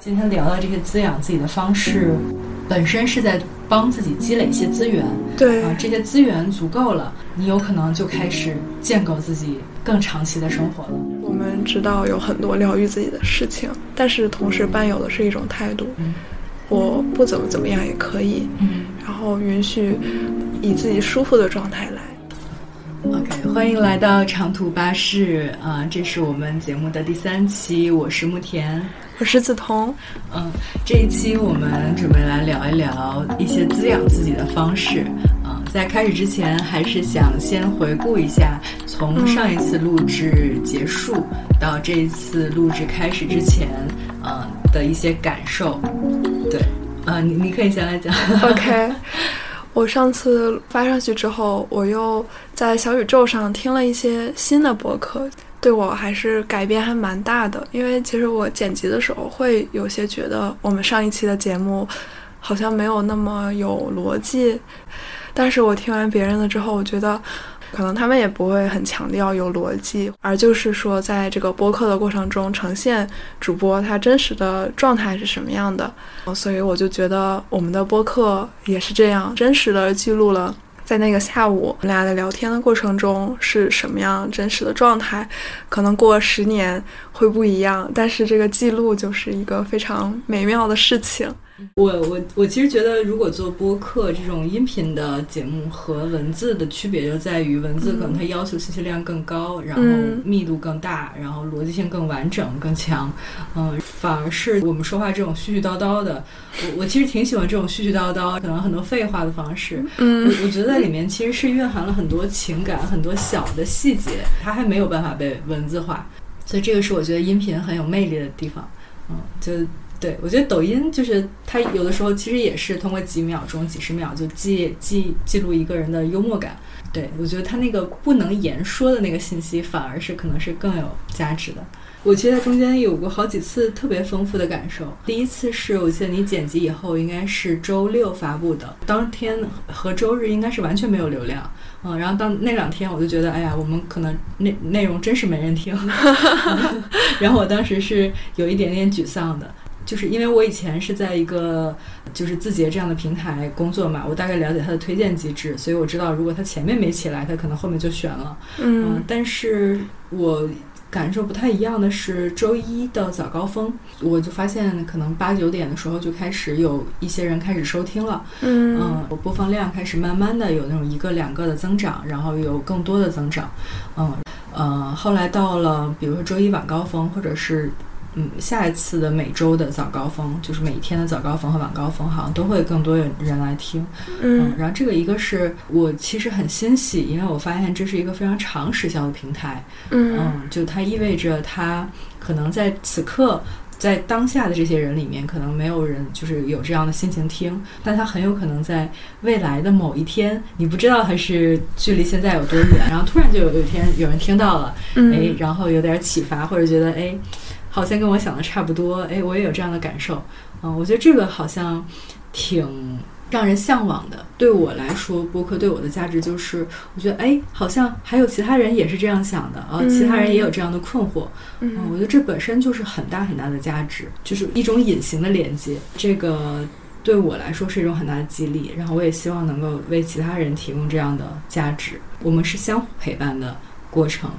今天聊到这些滋养自己的方式，本身是在帮自己积累一些资源。对啊，这些资源足够了，你有可能就开始建构自己更长期的生活了。我们知道有很多疗愈自己的事情，但是同时伴有的是一种态度，嗯我不怎么怎么样也可以，嗯然后允许以自己舒服的状态来。 ，OK，欢迎来到长途巴士啊，这是我们节目的第三期，我是慕田。我是梓潼，嗯，这一期我们准备来聊一聊一些滋养自己的方式。嗯，在开始之前，还是想先回顾一下，从上一次录制结束到这一次录制开始之前，嗯的一些感受。对，啊、你你可以先来讲。 OK，我上次发上去之后，我又在小宇宙上听了一些新的博客，对我还是改变还蛮大的。因为其实我剪辑的时候会有些觉得我们上一期的节目好像没有那么有逻辑，但是我听完别人的之后，我觉得。可能他们也不会很强调有逻辑，而就是说，在这个播客的过程中，呈现主播他真实的状态是什么样的，所以我就觉得我们的播客也是这样，真实的记录了在那个下午我们俩的聊天的过程中是什么样真实的状态，可能过十年会不一样，但是这个记录就是一个非常美妙的事情。我我我其实觉得，如果做播客这种音频的节目和文字的区别就在于，文字可能它要求信息量更高，然后嗯密度更大，然后逻辑性更完整、更强。嗯、反而是我们说话这种絮絮叨叨的，我我其实挺喜欢这种絮絮叨叨，可能很多废话的方式。嗯我我觉得在里面其实是蕴含了很多情感、很多小的细节，它还没有办法被文字化，所以这个是我觉得音频很有魅力的地方。嗯，就对我觉得抖音就是它有的时候其实也是通过几秒钟、几十秒就记记记录一个人的幽默感。对我觉得它那个不能言说的那个信息，反而是可能是更有价值的。我其实在中间有过好几次特别丰富的感受。第一次是我记得你剪辑以后，应该是周六发布的，当天和周日应该是完全没有流量，嗯，然后当那两天我就觉得，哎呀，我们可能内内容真是没人听， 然后我当时是有一点点沮丧的。就是因为我以前是在一个就是字节这样的平台工作嘛，我大概了解它的推荐机制，所以我知道如果它前面没起来，它可能后面就悬了。嗯嗯，但是我感受不太一样的是，周一的早高峰，我就发现可能八九点的时候就开始有一些人开始收听了，嗯嗯，我播放量开始慢慢的有那种一个两个的增长，然后有更多的增长，嗯呃，后来到了比如说周一晚高峰，或者是嗯下一次的每周的早高峰，就是每一天的早高峰和晚高峰，好像都会更多人来听。嗯，嗯然后这个一个是我其实很欣喜，因为我发现这是一个非常长时效的平台，嗯嗯，就它意味着它可能在此刻。在当下的这些人里面，可能没有人就是有这样的心情听，但它很有可能在未来的某一天，你不知道它是距离现在有多远，然后突然就有一天有人听到了，哎嗯，，然后有点启发，或者觉得哎，好像跟我想的差不多，哎，我也有这样的感受，嗯、我觉得这个好像挺让人向往的。对我来说，播客对我的价值就是，我觉得哎，好像还有其他人也是这样想的啊、嗯其他人也有这样的困惑，嗯、我嗯觉得这本身就是很大很大的价值，就是一种隐形的连接，这个。对我来说是一种很大的激励，然后我也希望能够为其他人提供这样的价值。我们是相互陪伴的过程，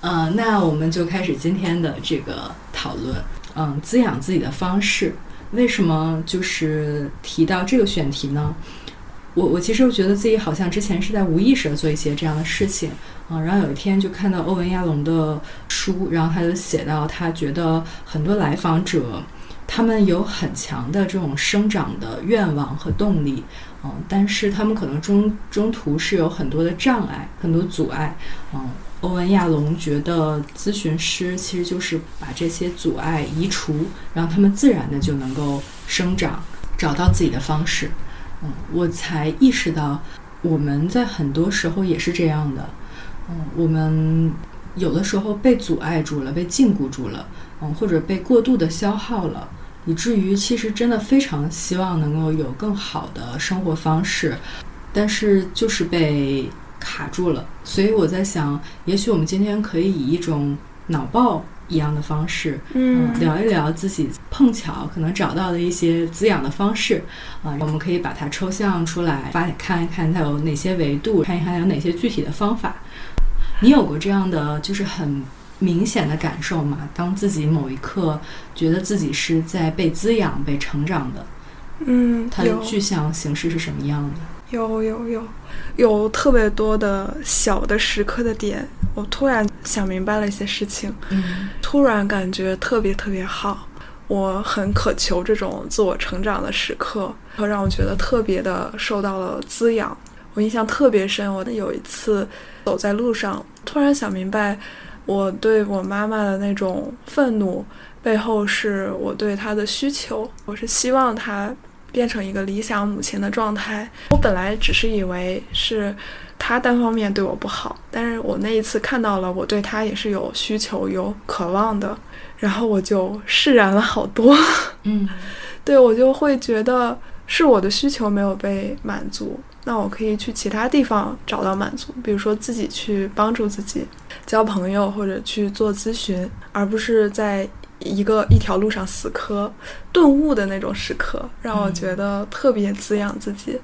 呃，那我们就开始今天的这个讨论。嗯，滋养自己的方式，为什么就是提到这个选题呢？我我其实觉得自己好像之前是在无意识的做一些这样的事情，嗯，然后有一天就看到欧文亚龙的书，然后他就写到，他觉得很多来访者，他们有很强的这种生长的愿望和动力，嗯，但是他们可能中中途是有很多的障碍，很多阻碍，嗯，欧文亚龙觉得咨询师其实就是把这些阻碍移除，让他们自然的就能够生长，找到自己的方式。嗯，我才意识到我们在很多时候也是这样的。嗯，我们有的时候被阻碍住了，被禁锢住了，嗯，或者被过度的消耗了。以至于其实真的非常希望能够有更好的生活方式，但是就是被卡住了。所以我在想，也许我们今天可以以一种脑爆一样的方式，嗯，呃聊一聊自己碰巧可能找到的一些滋养的方式啊、我们可以把它抽象出来，发看一看它有哪些维度，看一看它有哪些具体的方法。你有过这样的就是很明显的感受吗？当自己某一刻觉得自己是在被滋养、被成长的，嗯，它的有具象形式是什么样的？有有有有特别多的小的时刻的点，我突然想明白了一些事情，嗯突然感觉特别特别好。我很渴求这种自我成长的时刻，会让我觉得特别的受到了滋养。我印象特别深，我有一次走在路上，突然想明白，我对我妈妈的那种愤怒背后是我对她的需求，我是希望她变成一个理想母亲的状态。我本来只是以为是她单方面对我不好，但是我那一次看到了我对她也是有需求、有渴望的，然后我就释然了好多。嗯对我就会觉得是我的需求没有被满足，那我可以去其他地方找到满足，比如说自己去帮助自己，交朋友或者去做咨询，而不是在一个一条路上死磕。顿悟的那种时刻，让我嗯觉得特别滋养自己。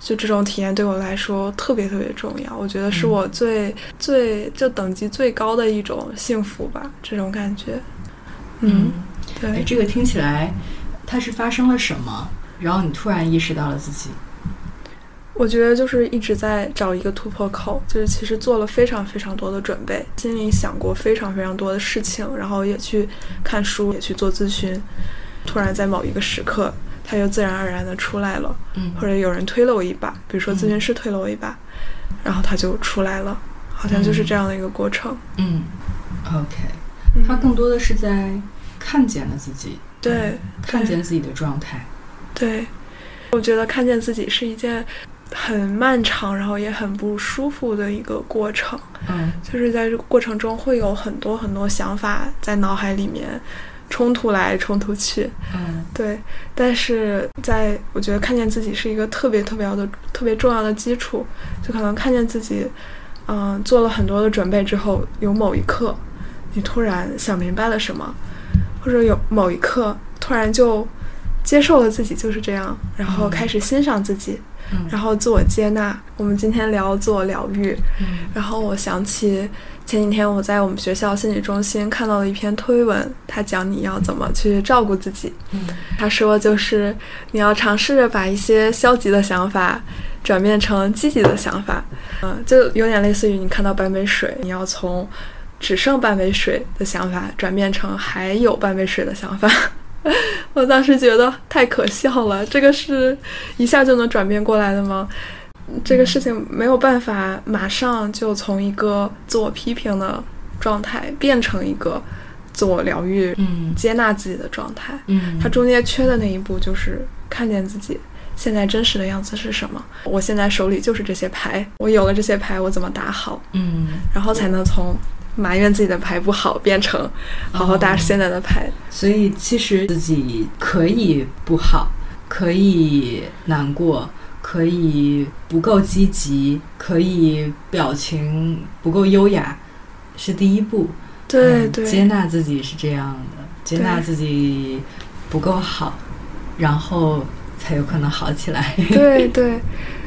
就这种体验对我来说特别特别重要，我觉得是嗯我最、最就等级最高的一种幸福吧，这种感觉。嗯，对。哎，这个听起来它是发生了什么？然后你突然意识到了自己，我觉得就是一直在找一个突破口，就是其实做了非常非常多的准备，心里想过非常非常多的事情，然后也去看书，也去做咨询。突然在某一个时刻，它就自然而然的出来了，嗯或者有人推了我一把，比如说咨询师推了我一把，然后它就出来了，好像就是这样的一个过程。嗯，OK，嗯它更多的是在看见了自己，对看见自己的状态。对，我觉得看见自己是一件很漫长，然后也很不舒服的一个过程。嗯就是在这个过程中会有很多很多想法在脑海里面冲突来冲突去，嗯对。但是在我觉得看见自己是一个特别特别要的特别重要的基础，就可能看见自己，嗯、做了很多的准备之后，有某一刻你突然想明白了什么，或者有某一刻突然就接受了自己就是这样，然后嗯开始欣赏自己，嗯然后自我接纳。我们今天聊自我疗愈，嗯然后我想起前几天我在我们学校心理中心看到了一篇推文，它讲你要怎么去照顾自己。嗯他说就是你要尝试着把一些消极的想法转变成积极的想法，嗯、就有点类似于你看到半杯水，你要从只剩半杯水的想法转变成还有半杯水的想法。 我当时觉得太可笑了，这个是一下就能转变过来的吗？这个事情没有办法马上就从一个自我批评的状态变成一个自我疗愈、嗯接纳自己的状态。嗯，它中间缺的那一步就是看见自己现在真实的样子是什么。我现在手里就是这些牌，我有了这些牌，我怎么打好，嗯，然后才能从埋怨自己的牌不好变成好好打哦现在的牌。所以其实自己可以不好，可以难过。可以不够积极，可以表情不够优雅，是第一步。对嗯对，接纳自己是这样的，接纳自己不够好，然后才有可能好起来。对对，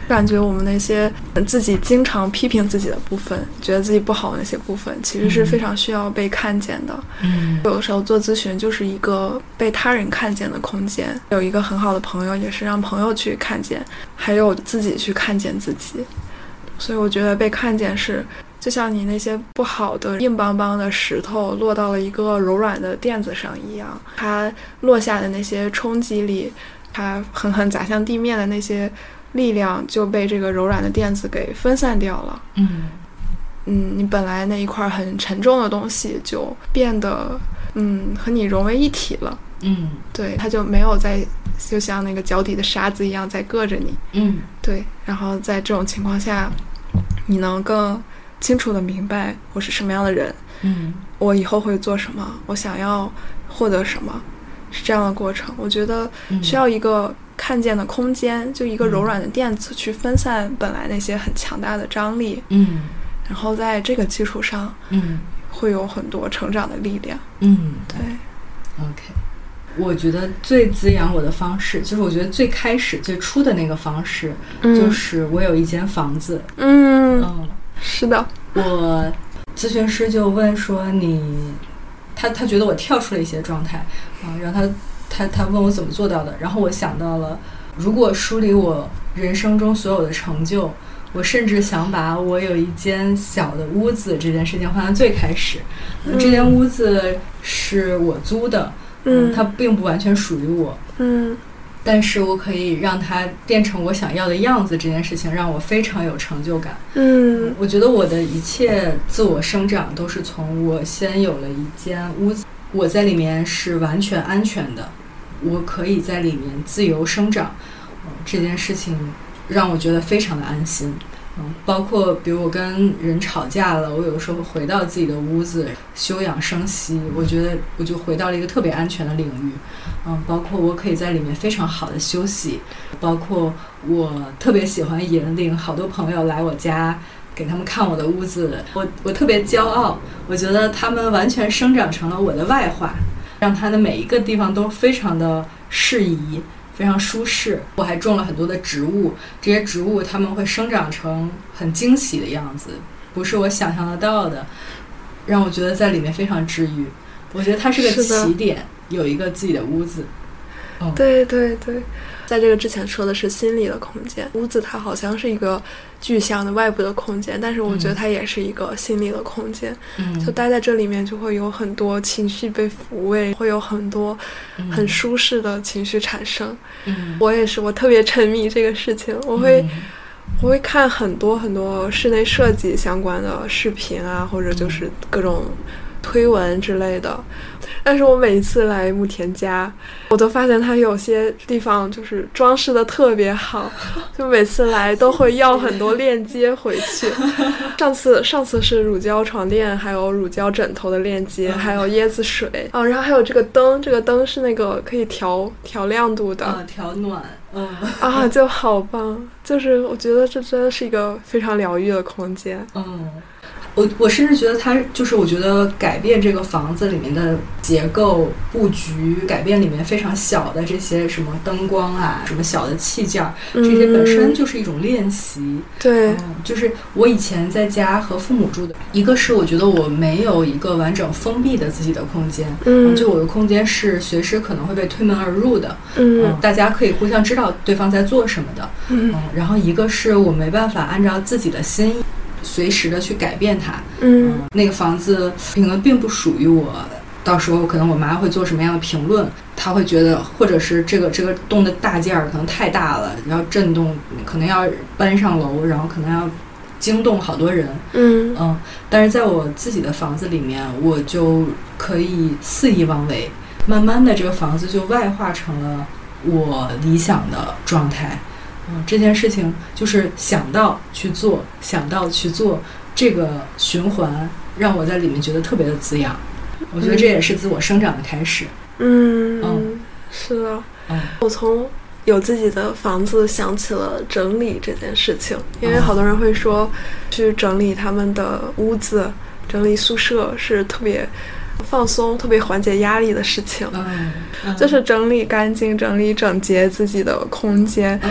感觉我们那些呃自己经常批评自己的部分，觉得自己不好的那些部分，其实是非常需要被看见的。嗯有的时候做咨询就是一个被他人看见的空间，有一个很好的朋友，也是让朋友去看见，还有自己去看见自己。所以我觉得被看见是，就像你那些不好的硬邦邦的石头落到了一个柔软的垫子上一样，它落下的那些冲击力，它狠狠砸向地面的那些力量就被这个柔软的垫子给分散掉了。嗯嗯，你本来那一块很沉重的东西就变得，嗯，和你融为一体了。嗯对，它就没有在，就像那个脚底的沙子一样在硌着你。嗯对，然后在这种情况下，你能更清楚的明白我是什么样的人，嗯我以后会做什么，我想要获得什么，是这样的过程。我觉得嗯，需要一个看见的空间，就一个柔软的垫子去分散本来那些很强大的张力，嗯然后在这个基础上。嗯会有很多成长的力量。嗯，对对， ，OK。我觉得最滋养我的方式，就是我觉得最开始最初的那个方式，就是我有一间房子，嗯，嗯，是的，我咨询师就问说你，他他觉得我跳出了一些状态啊，然后他他他问我怎么做到的，然后我想到了，如果梳理我人生中所有的成就，我甚至想把我有一间小的屋子这件事情放在最开始，呃嗯这间屋子是我租的，嗯，它并不完全属于我，嗯但是我可以让它变成我想要的样子，这件事情让我非常有成就感。嗯我觉得我的一切自我生长都是从我先有了一间屋子，我在里面是完全安全的，我可以在里面自由生长。嗯这件事情让我觉得非常的安心。嗯，包括比如我跟人吵架了，我有时候回到自己的屋子休养生息，我觉得我就回到了一个特别安全的领域。嗯，包括我可以在里面非常好的休息，包括我特别喜欢引领好多朋友来我家。给他们看我的屋子，我我特别骄傲，我觉得他们完全生长成了我的外化，让它的每一个地方都非常的适宜，非常舒适。我还种了很多的植物，这些植物它们会生长成很惊喜的样子，不是我想象得到的，让我觉得在里面非常治愈。我觉得它是个是的起点，有一个自己的屋子。对对对，在这个之前说的是心理的空间，屋子它好像是一个具象的外部的空间，但是我觉得嗯它也是一个心理的空间。嗯就待在这里面，就会有很多情绪被抚慰，会有很多很舒适的情绪产生。嗯，我也是，我特别沉迷这个事情，我我会、我会看很多很多室内设计相关的视频啊，或者就是各种推文之类的。但是我每一次来慕田家，我都发现它有些地方就是装饰的特别好， 就每次来都会要很多链接回去。上次上次是乳胶床垫，还有乳胶枕头的链接，还有椰子水啊、然后还有这个灯，这个灯是那个可以调调亮度的，呃调暖， 嗯啊，就好棒！就是我觉得这真的是一个非常疗愈的空间。嗯，我我甚至觉得它就是，我觉得改变这个房子里面的结构布局，改变里面非常小的这些什么灯光啊，什么小的器件儿，这些本身嗯、就是一种练习。对，嗯，就是我以前在家和父母住的，一个是我觉得我没有一个完整封闭的自己的空间，嗯，就我的空间是随时可能会被推门而入的，嗯大家可以互相知道对方在做什么的。嗯嗯，然后一个是我没办法按照自己的心意，随时的去改变它。嗯那个房子评论并不属于我，到时候可能我妈会做什么样的评论，她会觉得，或者是这个这个洞的大件儿可能太大了，然后震动可能要搬上楼，然后可能要惊动好多人。嗯嗯，但是在我自己的房子里面，我就可以肆意妄为，慢慢的这个房子就外化成了我理想的状态。嗯，这件事情就是想到去做，想到去做，这个循环让我在里面觉得特别的滋养。我觉得这也是自我生长的开始。嗯嗯是的，嗯我从有自己的房子想起了整理这件事情，因为嗯好多人会说去整理他们的屋子、整理宿舍是特别放松、特别缓解压力的事情。嗯，就是整理干净、整理整洁自己的空间，嗯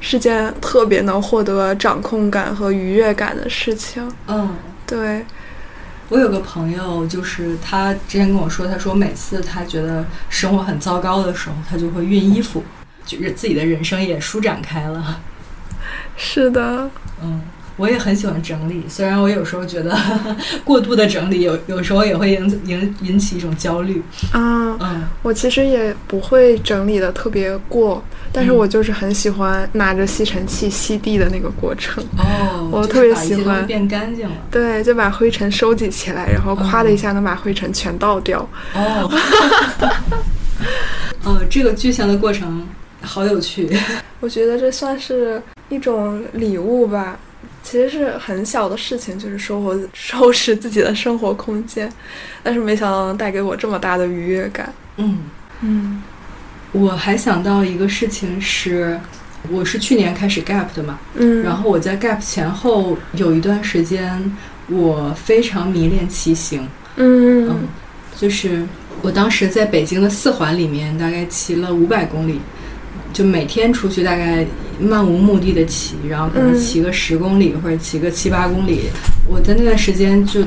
是件特别能获得掌控感和愉悦感的事情。嗯。对，我有个朋友，就是他之前跟我说，他说每次他觉得生活很糟糕的时候，他就会熨衣服，就是自己的人生也舒展开了。是的，嗯，我也很喜欢整理，虽然我有时候觉得 过度的整理有有时候也会引引引起一种焦虑。啊，嗯我其实也不会整理的特别过，但是嗯我就是很喜欢拿着吸尘器吸地的那个过程。哦，我就是特别把一喜切都欢变干 净了。对，就把灰尘收集起来，然后咵的嗯一下能把灰尘全倒掉。哦，呃，这个具象的过程好有趣。我觉得这算是一种礼物吧，其实是很小的事情，就是收活收拾自己的生活空间，但是没想到能带给我这么大的愉悦感。嗯。嗯我还想到一个事情是，我是去年开始 Gap 的嘛，嗯，然后我在 Gap 前后有一段时间，我非常迷恋骑行，嗯嗯，就是我当时在北京的四环里面，大概骑了五百公里，就每天出去大概漫无目的的骑，然后可能嗯骑个十公里或者骑个七八公里。我在那段时间就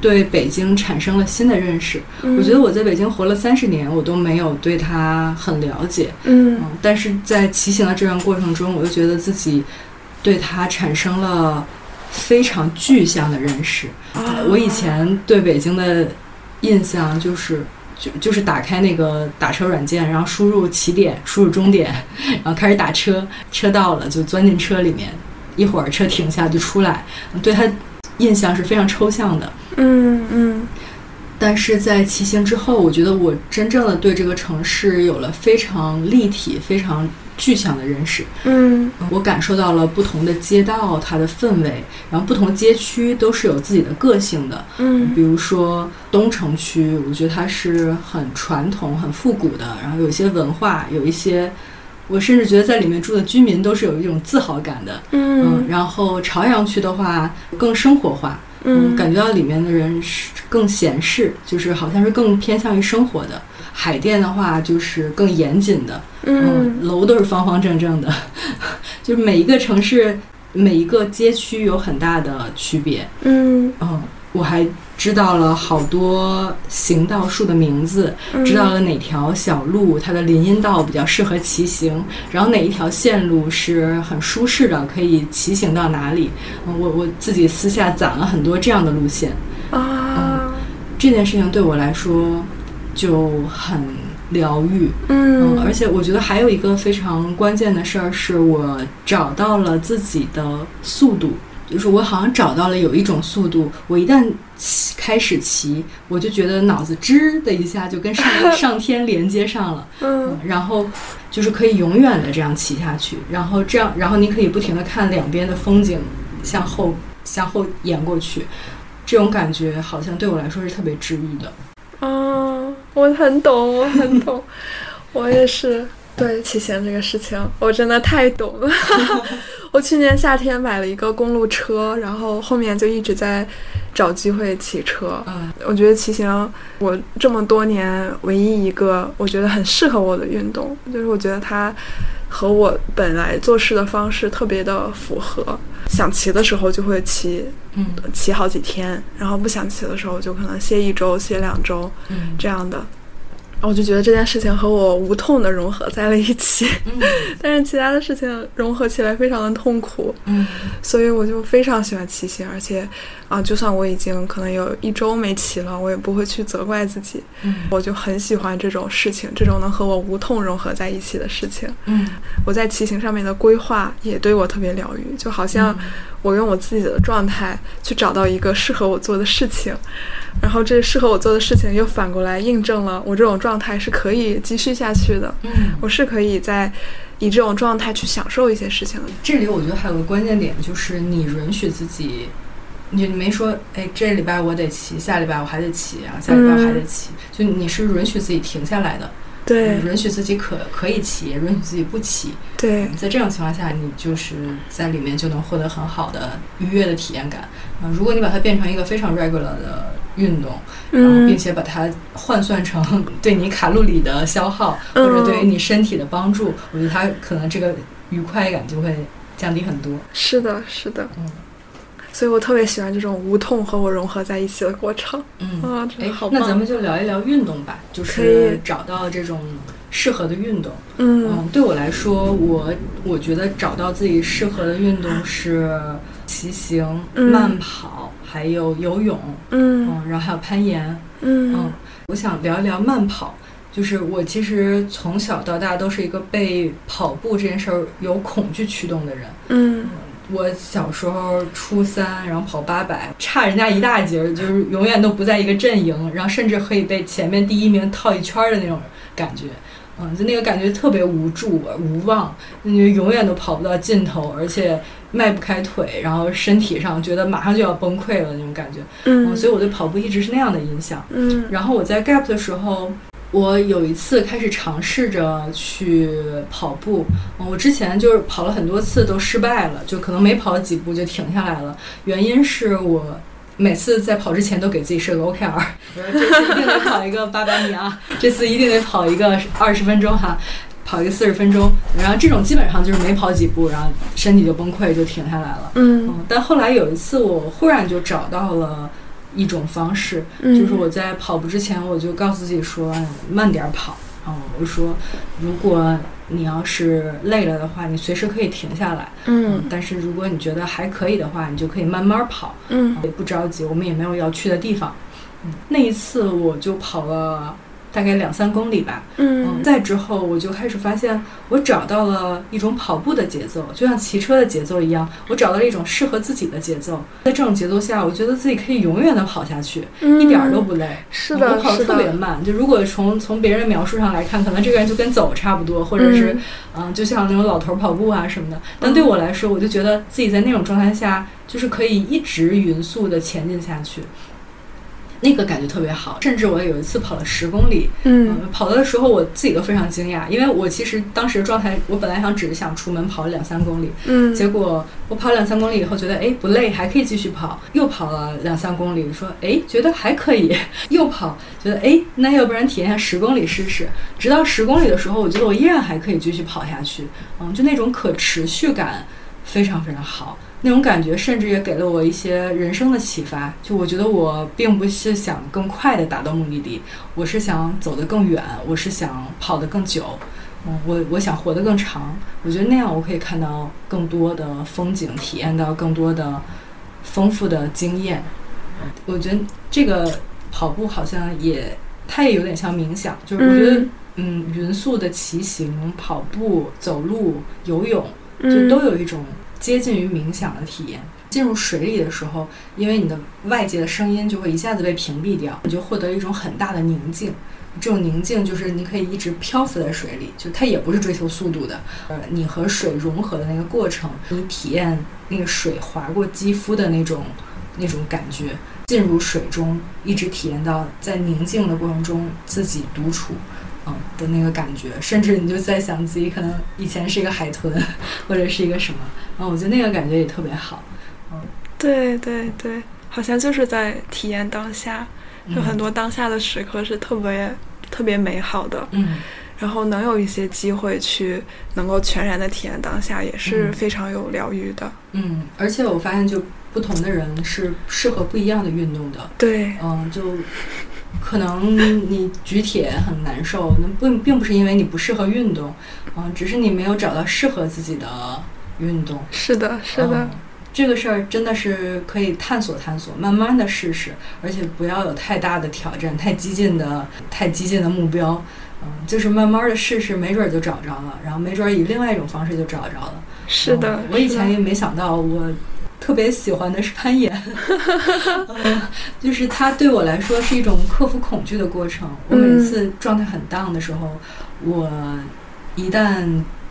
对北京产生了新的认识。嗯我觉得我在北京活了三十年，我都没有对它很了解。嗯嗯，但是在骑行的这段过程中，我又觉得自己对它产生了非常具象的认识。啊我以前对北京的印象就是。就就是打开那个打车软件，然后输入起点，输入终点，然后开始打车，车到了就钻进车里面，一会儿车停下就出来。对它印象是非常抽象的。嗯嗯但是在骑行之后，我觉得我真正的对这个城市有了非常立体、非常具象的认识。嗯我感受到了不同的街道它的氛围，然后不同街区都是有自己的个性的。嗯比如说东城区，我觉得它是很传统、很复古的，然后有一些文化，有一些。我甚至觉得在里面住的居民都是有一种自豪感的，嗯然后朝阳区的话更生活化，嗯，感觉到里面的人是更闲适，就是好像是更偏向于生活的。海淀的话就是更严谨的，嗯楼都是方方正正的， 就是每一个城市、每一个街区有很大的区别。嗯嗯，我还知道了好多行道树的名字，嗯知道了哪条小路它的林荫道比较适合骑行，然后哪一条线路是很舒适的，可以骑行到哪里。嗯我我自己私下攒了很多这样的路线。啊这件事情对我来说就很疗愈，嗯哦而且我觉得还有一个非常关键的事儿，是我找到了自己的速度，就是我好像找到了有一种速度，我一旦骑开始骑，我就觉得脑子吱的一下就跟上上天连接上了，嗯然后就是可以永远的这样骑下去，然后这样，然后你可以不停的看两边的风景向后向后延过去，这种感觉好像对我来说是特别治愈的。啊，我很懂，我很懂， 我也是。对骑行这个事情，我真的太懂了。 我去年夏天买了一个公路车，然后后面就一直在找机会骑车。嗯我觉得骑行，我这么多年唯一一个我觉得很适合我的运动，就是我觉得它和我本来做事的方式特别的符合。想骑的时候就会骑，嗯骑好几天，然后不想骑的时候就可能歇一周、歇两周嗯这样的。我就觉得这件事情和我无痛的融合在了一起，但是其他的事情融合起来非常的痛苦。嗯所以我就非常喜欢骑行，而且啊，就算我已经可能有一周没骑了，我也不会去责怪自己。嗯我就很喜欢这种事情，这种能和我无痛融合在一起的事情。嗯，我在骑行上面的规划也对我特别疗愈，就好像我用我自己的状态去找到一个适合我做的事情，然后这适合我做的事情又反过来印证了我这种状态是可以继续下去的，嗯，我是可以在以这种状态去享受一些事情的。这里我觉得还有个关键点就是你允许自己，你没说哎，这礼拜我得骑，下礼拜我还得骑，然后下礼拜我还得骑，就你是允许自己停下来的，对允许自己可可以骑，也允许自己不骑。对，嗯在这种情况下，你就是在里面就能获得很好的愉悦的体验感。嗯、如果你把它变成一个非常 regular 的运动，然后并嗯且把它换算成 对你卡路里的消耗，或嗯者对于你身体的帮助，我觉得它可能这个愉快感就会降低很多。是的，是的，嗯所以我特别喜欢这种无痛和我融合在一起的过程。嗯，啊，真哎的好，棒！那咱们就聊一聊运动吧，就可以是找到这种适合的运动。嗯嗯，对我来说，我我觉得找到自己适合的运动是骑行、嗯慢跑，还有游泳，嗯嗯，然后还有攀岩。嗯嗯，我想聊一聊慢跑。就是我其实从小到大都是一个被跑步这件事儿有恐惧驱动的人。哦嗯我小时候初三，然后跑八百，差人家一大截儿，就是永远都不在一个阵营，然后甚至可以被前面第一名套一圈儿的那种感觉。嗯，就那个感觉特别无助、无望，你就永远都跑不到尽头，而且迈不开腿，然后身体上觉得马上就要崩溃了那种感觉。嗯，嗯，所以我对跑步一直是那样的印象。嗯然后我在 Gap 的时候，我有一次开始尝试着去跑步。嗯我之前就是跑了很多次都失败了，就可能没跑几步就停下来了。原因是我每次在跑之前都给自己设个 OKR，我说这次一定得跑一个八百米啊，这次一定得跑一个二十分钟哈、跑一个四十分钟，然后这种基本上就是没跑几步，然后身体就崩溃就停下来了。嗯嗯，但后来有一次我忽然就找到了一种方式，嗯，就是我在跑步之前，我就告诉自己说哎慢点儿跑。然后我就说，如果你要是累了的话，你随时可以停下来。嗯但是如果你觉得还可以的话，你就可以慢慢跑，嗯也不着急。我们也没有要去的地方。嗯那一次我就跑了大概两三公里吧。嗯，嗯，再之后我就开始发现，我找到了一种跑步的节奏，就像骑车的节奏一样，我找到了一种适合自己的节奏。在这种节奏下，我觉得自己可以永远的跑下去，嗯一点儿都不累。是我的，跑得是特别的，慢。就如果从从别人的描述上来看，可能这个人就跟走差不多，或者是嗯、就像那种老头儿跑步啊什么的。但嗯对我来说，我就觉得自己在那种状态下，就是可以一直匀速的前进下去，那个感觉特别好。甚至我有一次跑了十公里，嗯嗯，跑的时候我自己都非常惊讶，因为我其实当时状态，我本来想只是想出门跑两三公里，嗯，呃结果我跑两三公里以后觉得哎不累，还可以继续跑，又跑了两三公里，说哎觉得还可以，又跑，觉得哎那要不然体验一下十公里试试，直到十公里的时候，我觉得我依然还可以继续跑下去，嗯，就那种可持续感非常非常好。那种感觉甚至也给了我一些人生的启发。就我觉得我并不是想更快的达到目的地，我是想走得更远，我是想跑得更久，嗯，我我想活得更长。我觉得那样我可以看到更多的风景，体验到更多的丰富的经验。我觉得这个跑步好像也，它也有点像冥想，就是我觉得嗯嗯，匀速的骑行、跑步、走路、游泳，就嗯都有一种接近于冥想的体验。进入水里的时候，因为你的外界的声音就会一下子被屏蔽掉，你就获得一种很大的宁静。这种宁静就是你可以一直漂浮在水里，就它也不是追求速度的，呃，你和水融合的那个过程，你体验那个水划过肌肤的那种那种感觉，进入水中，一直体验到在宁静的过程中自己独处，嗯的那个感觉，甚至你就在想自己可能以前是一个海豚，或者是一个什么，嗯，我觉得那个感觉也特别好，对对对，好像就是在体验当下，嗯有很，多当下的时刻是特别特别美好的，嗯然后能有一些机会去能够全然的体验当下，也是嗯非常有疗愈的。嗯，而且我发现就不同的人是适合不一样的运动的，对，嗯，就可能你举铁很难受，那并并不是因为你不适合运动，嗯，只是你没有找到适合自己的运动。是的，是的嗯，这个事儿真的是可以探索探索，慢慢的试试，而且不要有太大的挑战、太激进的、太激进的目标。嗯，就是慢慢的试试，没准儿就找着了，然后没准儿以另外一种方式就找着了。是的嗯，我以是的前也没想到，我特别喜欢的是攀 岩，嗯，就是它对我来说是一种克服恐惧的过程。我每嗯次状态很 down 的时候，我一旦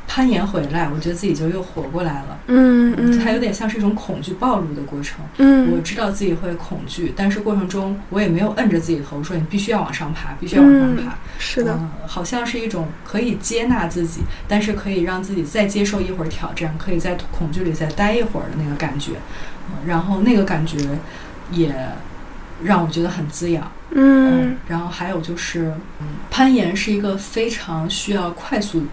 攀岩回来，我觉得自己就又活过来了。嗯嗯，它有点像是一种恐惧暴露的过程。我嗯知道自己会恐惧，但是过程中我也没有摁着自己头说你必须要往上爬，必须要往上爬。是的，嗯好像是一种可以接纳自己，但是可以让自己再接受一会儿挑战，可以在恐惧里再待一会儿的那个感觉。嗯然后那个感觉也让我觉得很滋养。嗯，然后还有就是，嗯，攀岩是一个非常需要快速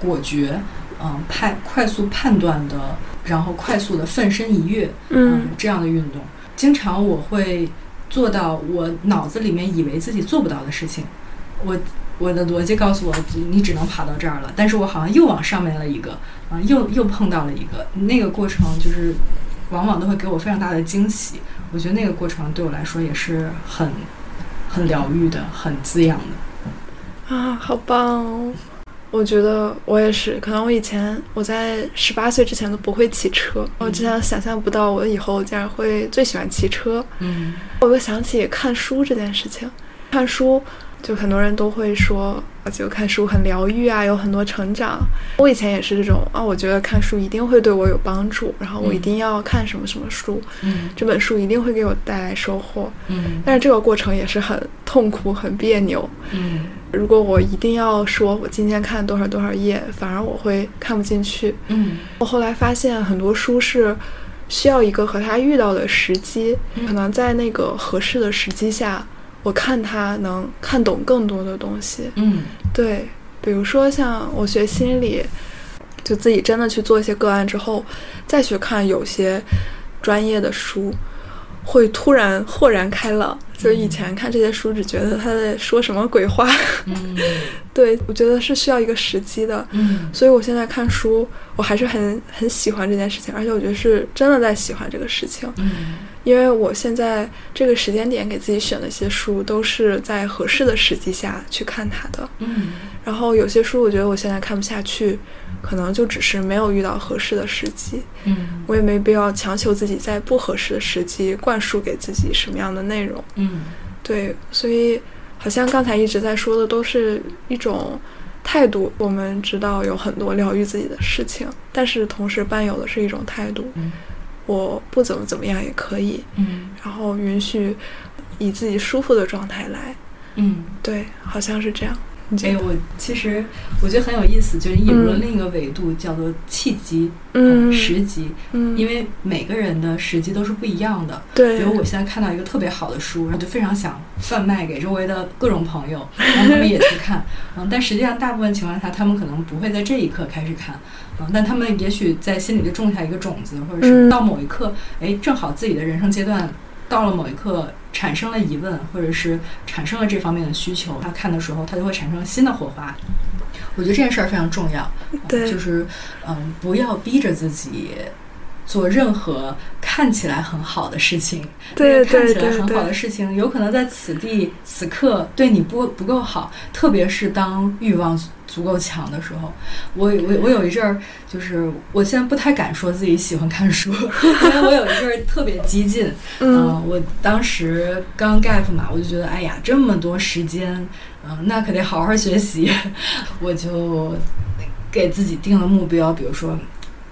果决，嗯，判快速判断的，然后快速的奋身一跃，嗯这样的运动，经常我会做到我脑子里面以为自己做不到的事情。我我的逻辑告诉我，你只能爬到这儿了，但是我好像又往上面了一个，啊、又又碰到了一个，那个过程就是往往都会给我非常大的惊喜。我觉得那个过程对我来说也是很很疗愈的，很滋养的。啊，好棒哦！我觉得我也是，可能我以前我在十八岁之前都不会骑车，我之前想象不到我以后竟然会最喜欢骑车。嗯我又想起看书这件事情，看书就很多人都会说，呃就看书很疗愈啊，有很多成长。我以前也是这种啊，我觉得看书一定会对我有帮助，然后我一定要看什么什么书，嗯这本书一定会给我带来收获。嗯但是这个过程也是很痛苦、很别扭。嗯如果我一定要说我今天看多少多少页，反而我会看不进去。嗯我后来发现很多书是需要一个和他遇到的时机，嗯可能在那个合适的时机下，我看他能看懂更多的东西。嗯对，比如说像我学心理，就自己真的去做一些个案之后，再去看有些专业的书，会突然豁然开朗。就是以前看这些书，只觉得他在说什么鬼话。嗯 对我觉得是需要一个时机的。嗯所以我现在看书，我还是很很喜欢这件事情，而且我觉得是真的在喜欢这个事情，嗯因为我现在这个时间点给自己选的一些书，都是在合适的时机下去看它的。嗯然后有些书我觉得我现在看不下去，可能就只是没有遇到合适的时机，嗯我也没必要强求自己在不合适的时机灌输给自己什么样的内容。嗯对，所以好像刚才一直在说的都是一种态度。我们知道有很多疗愈自己的事情，但是同时伴有的是一种态度，嗯我不怎么怎么样也可以，嗯然后允许以自己舒服的状态来。嗯。对，好像是这样。你觉哎，得？我其实我觉得很有意思，就是引入了另一个维度，叫做契机、呃嗯，时机，嗯，因为每个人的时机都是不一样的。比对，如我现在看到一个特别好的书，然后就非常想贩卖给周围的各种朋友，让他们也去看。嗯，但实际上大部分情况下，他们可能不会在这一刻开始看，嗯，但他们也许在心里就种下一个种子，或者是嗯到某一刻，哎，正好自己的人生阶段到了某一刻。产生了疑问，或者是产生了这方面的需求，他看的时候，他就会产生新的火花。我觉得这件事儿非常重要，嗯对就是嗯，不要逼着自己做任何看起来很好的事情，因对为看对起来对很好的对，事情，有可能在此地此刻对你不不够好，特别是当欲望足够强的时候。我我我有一阵儿，就是我现在不太敢说自己喜欢看书， 因为我有一阵儿特别激进，嗯嗯，我当时刚 gap 嘛，我就觉得，哎呀，这么多时间，嗯、那可得好好学习。 我就给自己定了目标，比如说，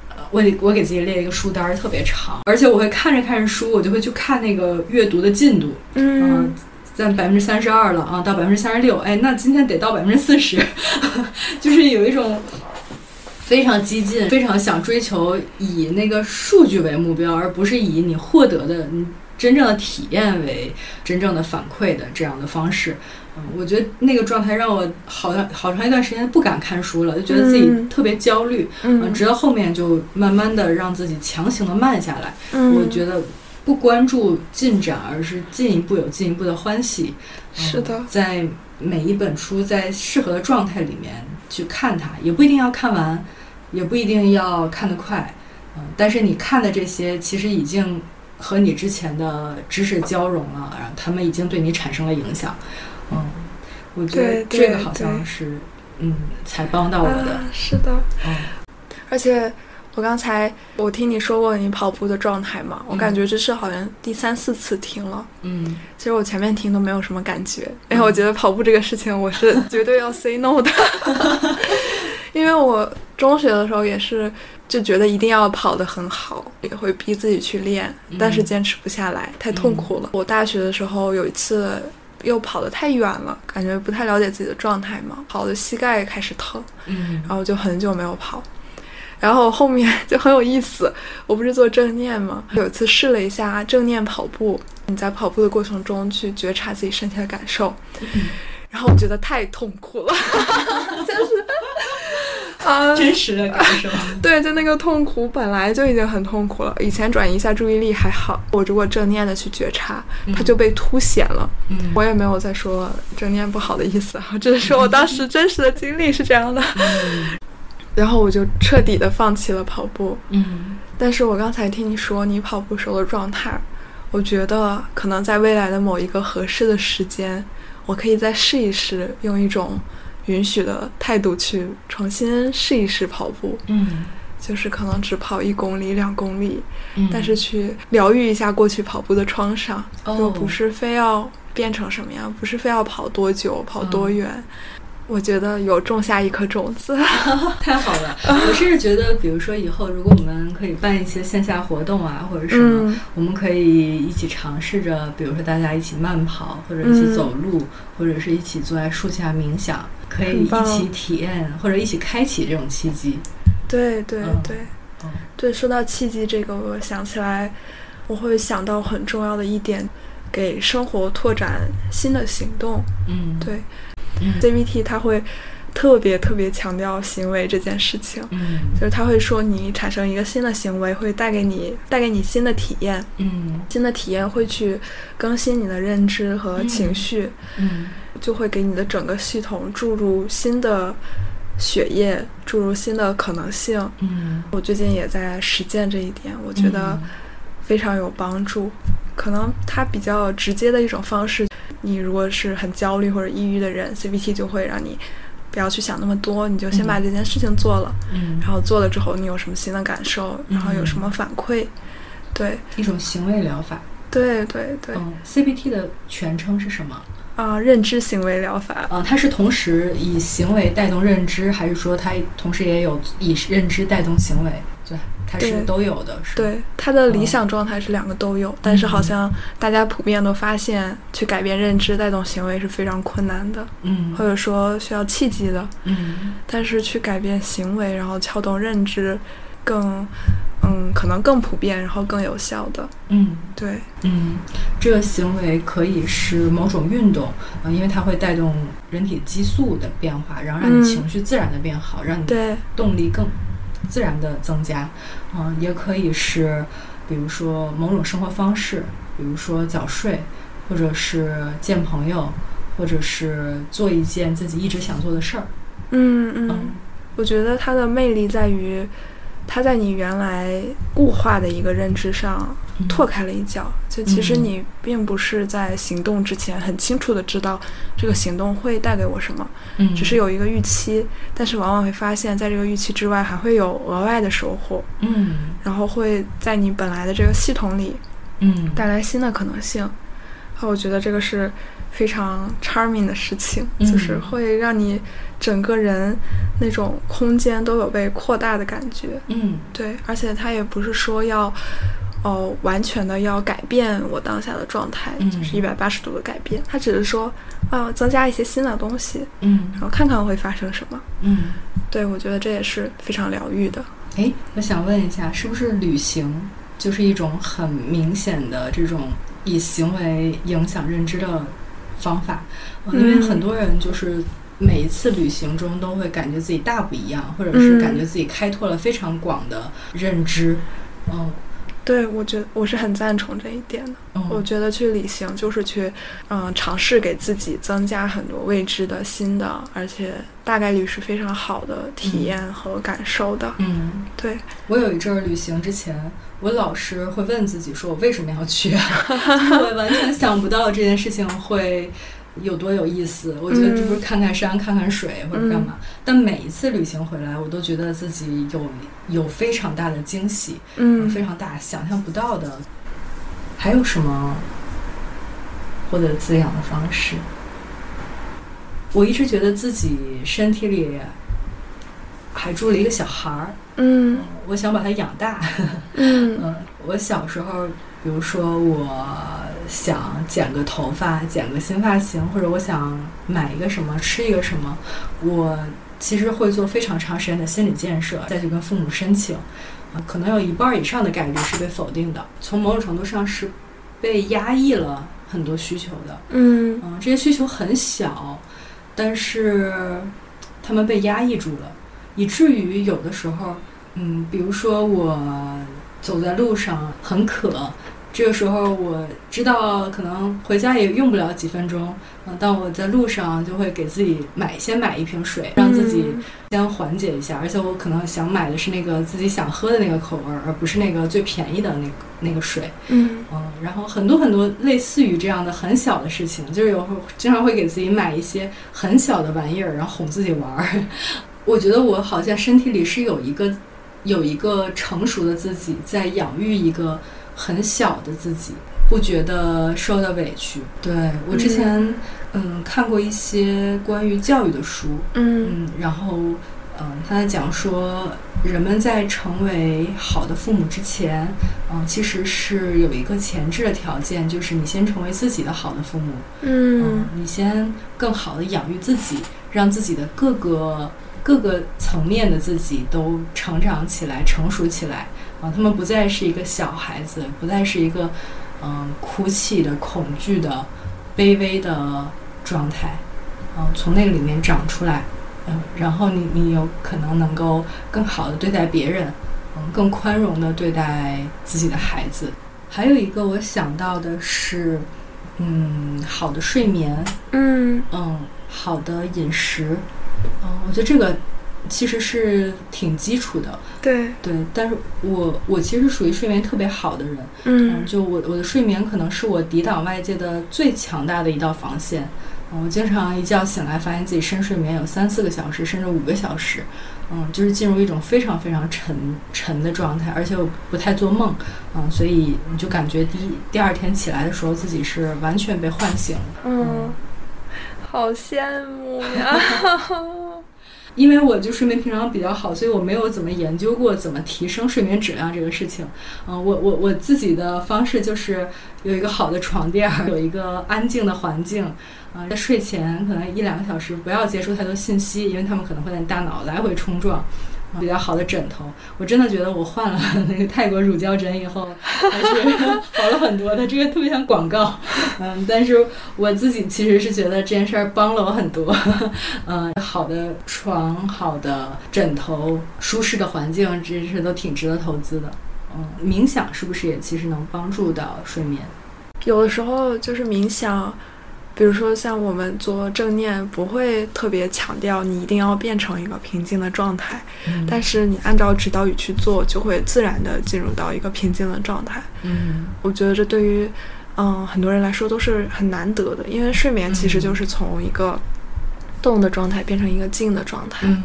呃，我得我给自己列一个书单儿，特别长，而且我会看着看着书，我就会去看那个阅读的进度，呃嗯在百分之三十二了啊，到百分之三十六，哎，那今天得到百分之四十， 就是有一种非常激进、非常想追求以那个数据为目标，而不是以你获得的、你真正的体验为真正的反馈的这样的方式。嗯，我觉得那个状态让我好长好长一段时间不敢看书了，就觉得自己嗯特别焦虑。嗯，嗯，直到后面就慢慢的让自己强行的慢下来。嗯我觉得不关注进展，而是进一步有进一步的欢喜。嗯是的，在每一本书在适合的状态里面去看它，也不一定要看完，也不一定要看得快。嗯，但是你看的这些其实已经和你之前的知识交融了，然后他们已经对你产生了影响。嗯，我觉得对这个对好对像是嗯，才帮到我的。啊，是的，嗯而且我刚才我听你说过你跑步的状态嘛，我感觉这是好像第三四次听了。嗯其实我前面听都没有什么感觉，嗯因为我觉得跑步这个事情我 是绝对要 say no 的， 因为我中学的时候也是就觉得一定要跑得很好，也会逼自己去练嗯，但是坚持不下来，太痛苦了。我大学的时候有一次又跑得太远了，感觉不太了解自己的状态嘛，跑的膝盖开始疼，嗯然后就很久没有跑。然后后面就很有意思，我不是做正念吗？有一次试了一下正念跑步，你在跑步的过程中去觉察自己身体的感受，然后我觉得太痛苦了， 就是啊，真实的感受。对，就那个痛苦本来就已经很痛苦了，以前转移一下注意力还好，我如果正念的去觉察，它就被凸显了。 嗯我也没有在说正念不好的意思 啊，只是说我当时真实的经历是这样的。 然后我就彻底的放弃了跑步。嗯但是我刚才听你说你跑步时候的状态，我觉得可能在未来的某一个合适的时间，我可以再试一试，用一种允许的态度去重新试一试跑步，嗯就是可能只跑一公里、两公里，嗯，但是去疗愈一下过去跑步的创伤，哦就不是非要变成什么样，不是非要跑多久、跑多嗯远。我觉得有种下一颗种子，太好了，我甚至觉得，比如说以后如果我们可以办一些线下活动啊，或者什么，嗯我们可以一起尝试着，比如说大家一起慢跑，或者一嗯起走路，或者是一起坐在树下冥想，可以很一棒起体验或者一起开启这种契机。对对嗯对，嗯对，说到契机这个，我想起来，我会想到很重要的一点，给生活拓展新的行动。嗯，对嗯，CBT 它会特别特别强调行为这件事情，嗯就是它会说你产生一个新的行为，会带给你带给你新的体验，嗯新的体验会去更新你的认知和嗯情绪，嗯就会给你的整个系统注入新的血液，注入新的可能性。嗯，我最近也在实践这一点，我觉得非常有帮助。可能它比较直接的一种方式，你如果是很焦虑或者抑郁的人，CBT 就会让你不要去想那么多，你就嗯先把这件事情做了，嗯，然后做了之后你有什么新的感受，然后有什么反馈，对一种行为疗法。对对对，啊、嗯，CBT 的全称是什么？认知行为疗法，呃，它是同时以行为带动认知，还是说它同时也有以认知带动行为？对，它是对都有的，是吧？对，它的理想状态是两个都嗯有，但是好像大家普遍都发现，去改变认知、带动行为是非常困难的，嗯或者说需要契机的。嗯但是去改变行为，然后撬动认知，更，嗯，可能更普遍，然后更有效的。嗯对，嗯，这个行为可以是某种运动，呃，因为它会带动人体激素的变化，然后让嗯你情绪自然的变好，让你对，动力更自然的增加。嗯、也可以是，比如说某种生活方式，比如说早睡，或者是见朋友，或者是做一件自己一直想做的事儿。嗯嗯嗯，我觉得它的魅力在于，它在你原来固化的一个认知上嗯拓开了一角。就其实嗯你并不是在行动之前很清楚的知道这个行动会带给我什么，嗯，只是有一个预期，但是往往会发现，在这个预期之外还会有额外的收获，嗯然后会在你本来的这个系统里嗯带来新的可能性。啊，我觉得这个是非常 charming 的事情，嗯就是会让你整个人那种空间都有被扩大的感觉。嗯对，而且它也不是说要。哦，完全的要改变我当下的状态，嗯就是一百八十度的改变。它只是说，啊、增加一些新的东西，嗯然后看看会发生什么。嗯。对，我觉得这也是非常疗愈的。哎，我想问一下，是不是旅行就是一种很明显的这种以行为影响认知的方法？呃因为嗯很多人就是每一次旅行中都会感觉自己大不一样，或者是感嗯觉自己开拓了非常广的认知。嗯对，我觉得我是很赞成这一点的。我嗯觉得去旅行就是去，嗯、尝试给自己增加很多未知的新的，而且大概率是非常好的体验和感受的。嗯，对，我有一阵儿旅行之前，我老是会问自己，说我为什么要去、啊？ 就是我完全想不到这件事情会有多有意思。我觉得这不是看看山、看看水或者干嘛。但每一次旅行回来，我都觉得自己有有非常大的惊喜，有嗯非常大想象不到的。还有什么获得滋养的方式？我一直觉得自己身体里还住了一个小孩儿，嗯我想把他养大。 嗯嗯，我小时候，比如说我想剪个头发，剪个新发型，或者我想买一个什么，吃一个什么，我其实会做非常长时间的心理建设，再去跟父母申请。啊可能有一半儿以上的概率是被否定的，从某种程度上是被压抑了很多需求的。嗯嗯，这些需求很小，但是他们被压抑住了，以至于有的时候，嗯，比如说我走在路上很渴，这个时候我知道可能回家也用不了几分钟，嗯，但我在路上就会给自己买先买一瓶水，让自嗯己先缓解一下，而且我可能想买的是那个自己想喝的那个口味儿，而不是那个最便宜的那个那个水。嗯嗯，然后很多很多类似于这样的很小的事情，就是有会经常会给自己买一些很小的玩意儿，然后哄自己玩儿。 我觉得我好像身体里是有一个有一个成熟的自己在养育一个很小的自己，不觉得受到委屈。对我之前嗯看过一些关于教育的书，嗯嗯，然后嗯，他在讲说，人们在成为好的父母之前，嗯，其实是有一个前置的条件，就是你先成为自己的好的父母，嗯你先更好的养育自己，让自己的各个各个层面的自己都成长起来、成熟起来啊，他们不再是一个小孩子，不再是一个嗯、哭泣的、恐惧的、卑微的状态啊，从那个里面长出来，嗯，然后你你有可能能够更好的对待别人，嗯，更宽容的对待自己的孩子。还有一个我想到的是，嗯，好的睡眠，嗯嗯，好的饮食，嗯，我觉得这个其实是挺基础的，对，对。但是我我其实属于睡眠特别好的人，嗯就我我的睡眠可能是我抵挡外界的最强大的一道防线。嗯，我经常一觉醒来，发现自己深睡眠有三四个小时，甚至五个小时，嗯，就是进入一种非常非常沉沉的状态，而且我不太做梦，嗯，所以你就感觉第一第二天起来的时候，自己是完全被唤醒了。嗯，好羡慕呀！因为我就睡眠平常比较好，所以我没有怎么研究过怎么提升睡眠质量这个事情。嗯、我我我自己的方式就是有一个好的床垫儿，有一个安静的环境。啊、在睡前可能一两个小时不要接触太多信息，因为他们可能会在你大脑来回冲撞。啊比较好的枕头，我真的觉得我换了 那个泰国乳胶枕以后，还是 好了很多的。这个特别像广告，嗯，但是我自己其实是觉得这件事儿帮了我很多。嗯，好的床、好的枕头、舒适的环境，这些都挺值得投资的。嗯，冥想是不是也其实能帮助到睡眠？ 有的时候就是冥想，比如说像我们做正念，不会特别强调你一定要变成一个平静的状态，但是你按照指导语去做，就会自然的进入到一个平静的状态。嗯我觉得这对于嗯很多人来说都是很难得的，因为睡眠其实就是从一个动的状态变成一个静的状态，嗯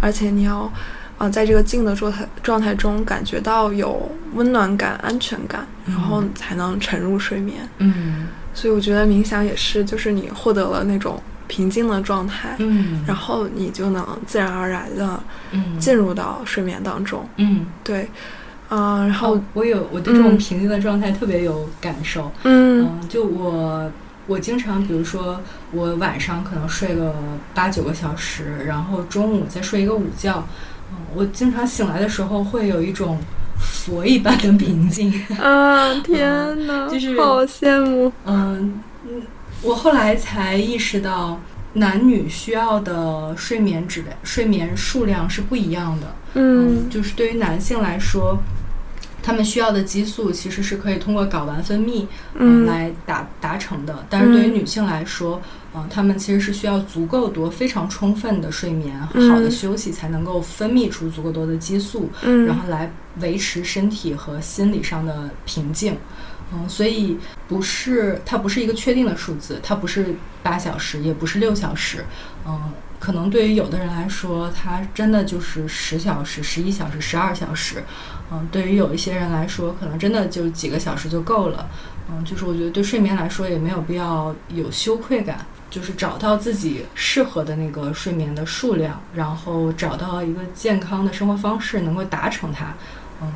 而且你要啊、呃在这个静的状态状态中感觉到有温暖感、安全感，然后才能沉入睡眠。嗯所以我觉得冥想也是，就是你获得了那种平静的状态，嗯然后你就能自然而然的嗯进入到睡眠当中。嗯，对，嗯、然后、哦，我有我对这种嗯平静的状态特别有感受。嗯嗯，就我我经常，比如说我晚上可能睡个八九个小时，然后中午再睡一个午觉，嗯，我经常醒来的时候会有一种佛一般的平静。啊，天哪，哦嗯就是好羡慕。嗯，嗯，我后来才意识到，男女需要的睡眠质量、睡眠数量是不一样的。嗯就是对于男性来说，他们需要的激素其实是可以通过睾丸分泌嗯、嗯来达达成的。但是对于嗯女性来说，嗯、她们其实是需要足够多、非常充分的睡眠、嗯好的休息，才能够分泌出足够多的激素，然嗯后来维持身体和心理上的平静。嗯，所以不是它不是一个确定的数字，它不是八小时，也不是六小时。嗯，可能对于有的人来说，它真的就是十小时、十一小时、十二小时。嗯，对于有一些人来说，可能真的就几个小时就够了。嗯，就是我觉得对睡眠来说也没有必要有羞愧感，就是找到自己适合的那个睡眠的数量，然后找到一个健康的生活方式，能够达成它，嗯，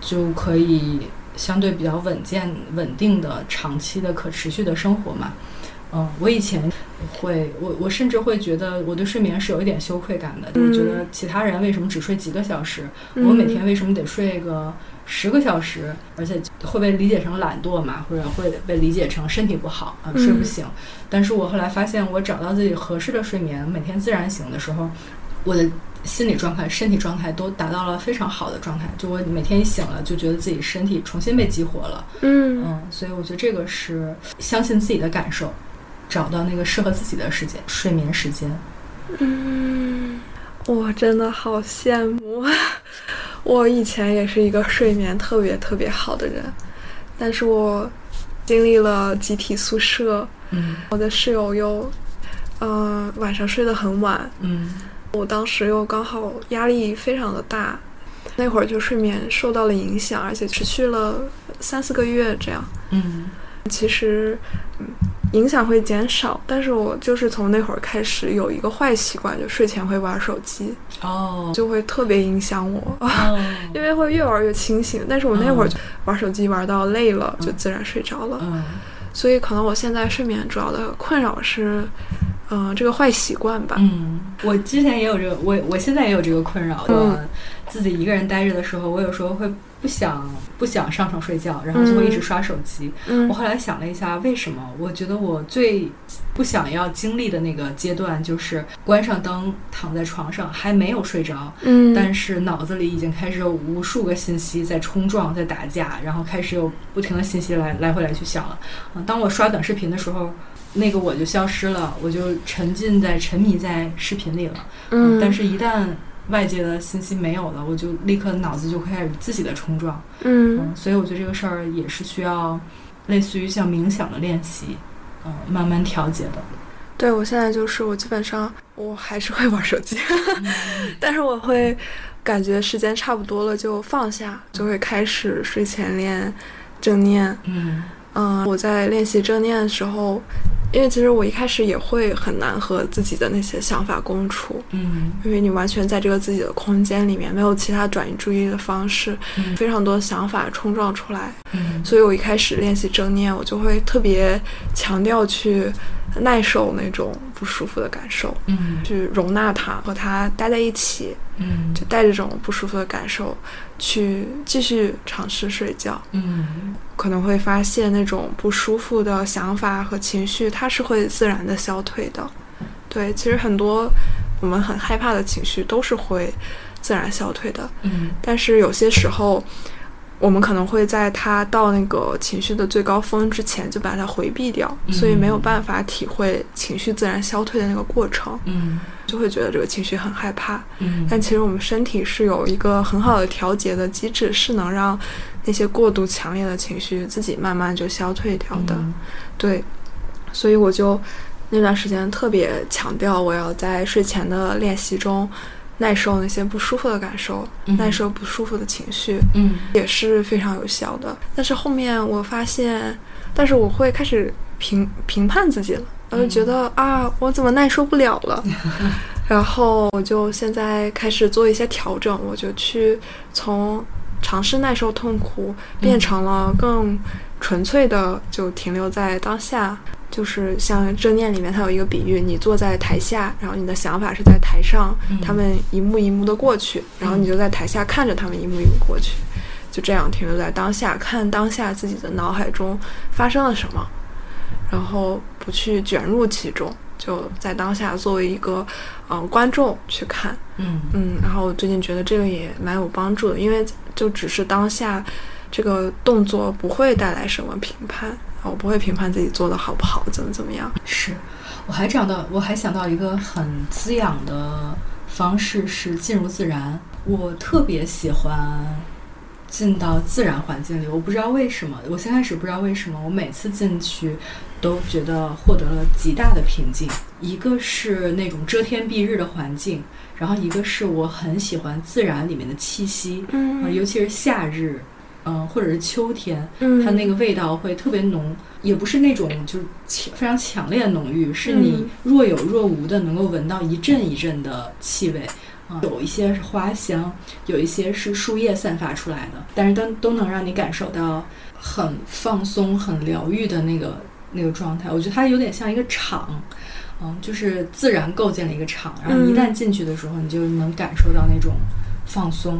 就可以相对比较稳健、稳定的、长期的、可持续的生活嘛。嗯，我以前会，我我甚至会觉得我对睡眠是有一点羞愧感的，就是觉得其他人为什么只睡几个小时，我嗯每天为什么得睡个十个小时？而且会被理解成懒惰嘛，或者会被理解成身体不好啊、睡不嗯醒。但是我后来发现，我找到自己合适的睡眠，每天自然醒的时候，我的心理状态、身体状态都达到了非常好的状态。就我每天一醒了，就觉得自己身体重新被激活了。嗯嗯，所以我觉得这个是相信自己的感受，找到那个适合自己的时间，睡眠时间。嗯，我真的好羡慕。 我以前也是一个睡眠特别特别好的人，但是我经历了集体宿舍，嗯我的室友又嗯、呃晚上睡得很晚，嗯我当时又刚好压力非常的大，那会儿就睡眠受到了影响，而且持续了三四个月这样。嗯其实嗯影响会减少，但是我就是从那会儿开始有一个坏习惯，就睡前会玩手机，哦就会特别影响我，啊哦因为会越玩越清醒。但是我那会儿就玩手机玩到累了，嗯就自然睡着了。嗯所以可能我现在睡眠主要的困扰是，嗯、呃这个坏习惯吧。嗯，我之前也有这个，我我现在也有这个困扰。嗯我自己一个人待着的时候，我有时候会不想不想上床睡觉，然后就会一直刷手机。嗯我后来想了一下，为什么？我觉得我最不想要经历的那个阶段，就是关上灯，躺在床上还没有睡着，嗯，但是脑子里已经开始有无数个信息在冲撞、在打架，然后开始有不停的信息来来回来去想了。嗯，当我刷短视频的时候，那个我就消失了，我就沉浸在、沉迷在视频里了。嗯，但是一旦外界的信息没有了，我就立刻脑子就开始自己的冲撞。嗯嗯，所以我觉得这个事儿也是需要类似于像冥想的练习，嗯，慢慢调节的。对我现在就是我基本上我还是会玩手机，嗯 但是我会感觉时间差不多了就放下，就会开始睡前练正念。嗯嗯，我在练习正念的时候，因为其实我一开始也会很难和自己的那些想法共处，嗯因为你完全在这个自己的空间里面，没有其他转移注意力的方式，嗯非常多想法冲撞出来。嗯所以我一开始练习正念，我就会特别强调去耐受那种不舒服的感受，嗯去容纳它，和它待在一起，嗯就带着这种不舒服的感受去继续尝试睡觉。嗯可能会发现那种不舒服的想法和情绪，它是会自然的消退的。对，其实很多我们很害怕的情绪都是会自然消退的，嗯但是有些时候，我们可能会在它到那个情绪的最高峰之前就把它回避掉，嗯所以没有办法体会情绪自然消退的那个过程，嗯就会觉得这个情绪很害怕。嗯，但其实我们身体是有一个很好的调节的机制，是能让那些过度强烈的情绪自己慢慢就消退掉的。嗯对，所以我就那段时间特别强调，我要在睡前的练习中耐受那些不舒服的感受，嗯耐受不舒服的情绪，嗯也是非常有效的。但是后面我发现，但是我会开始评评判自己了，我就觉得、啊，我怎么耐受不了了？然后我就现在开始做一些调整，我就去从尝试耐受痛苦，变成了更纯粹的，就停留在当下。就是像正念里面，它有一个比喻，你坐在台下，然后你的想法是在台上，嗯他们一幕一幕的过去，然后你就在台下看着他们一幕一幕过去，就这样停留在当下，看当下自己的脑海中发生了什么，然后不去卷入其中，就在当下作为一个嗯、呃观众去看，嗯嗯，然后我最近觉得这个也蛮有帮助的，因为就只是当下这个动作不会带来什么评判，我不会评判自己做的好不好，怎么怎么样，是。我还找到，我还想到一个很滋养的方式是进入自然。我特别喜欢进到自然环境里，我不知道为什么，我先开始不知道为什么，我每次进去都觉得获得了极大的平静。一个是那种遮天蔽日的环境，然后一个是我很喜欢自然里面的气息，呃嗯尤其是夏日，嗯、或者是秋天，嗯它那个味道会特别浓，也不是那种就是强非常强烈的浓郁，是你若有若无的能够闻到一阵一阵的气味。啊、有一些是花香，有一些是树叶散发出来的，但是都都能让你感受到很放松、很疗愈的那个那个状态。我觉得它有点像一个场，嗯，就是自然构建了一个场，然后你一旦进去的时候，你就能感受到那种放松。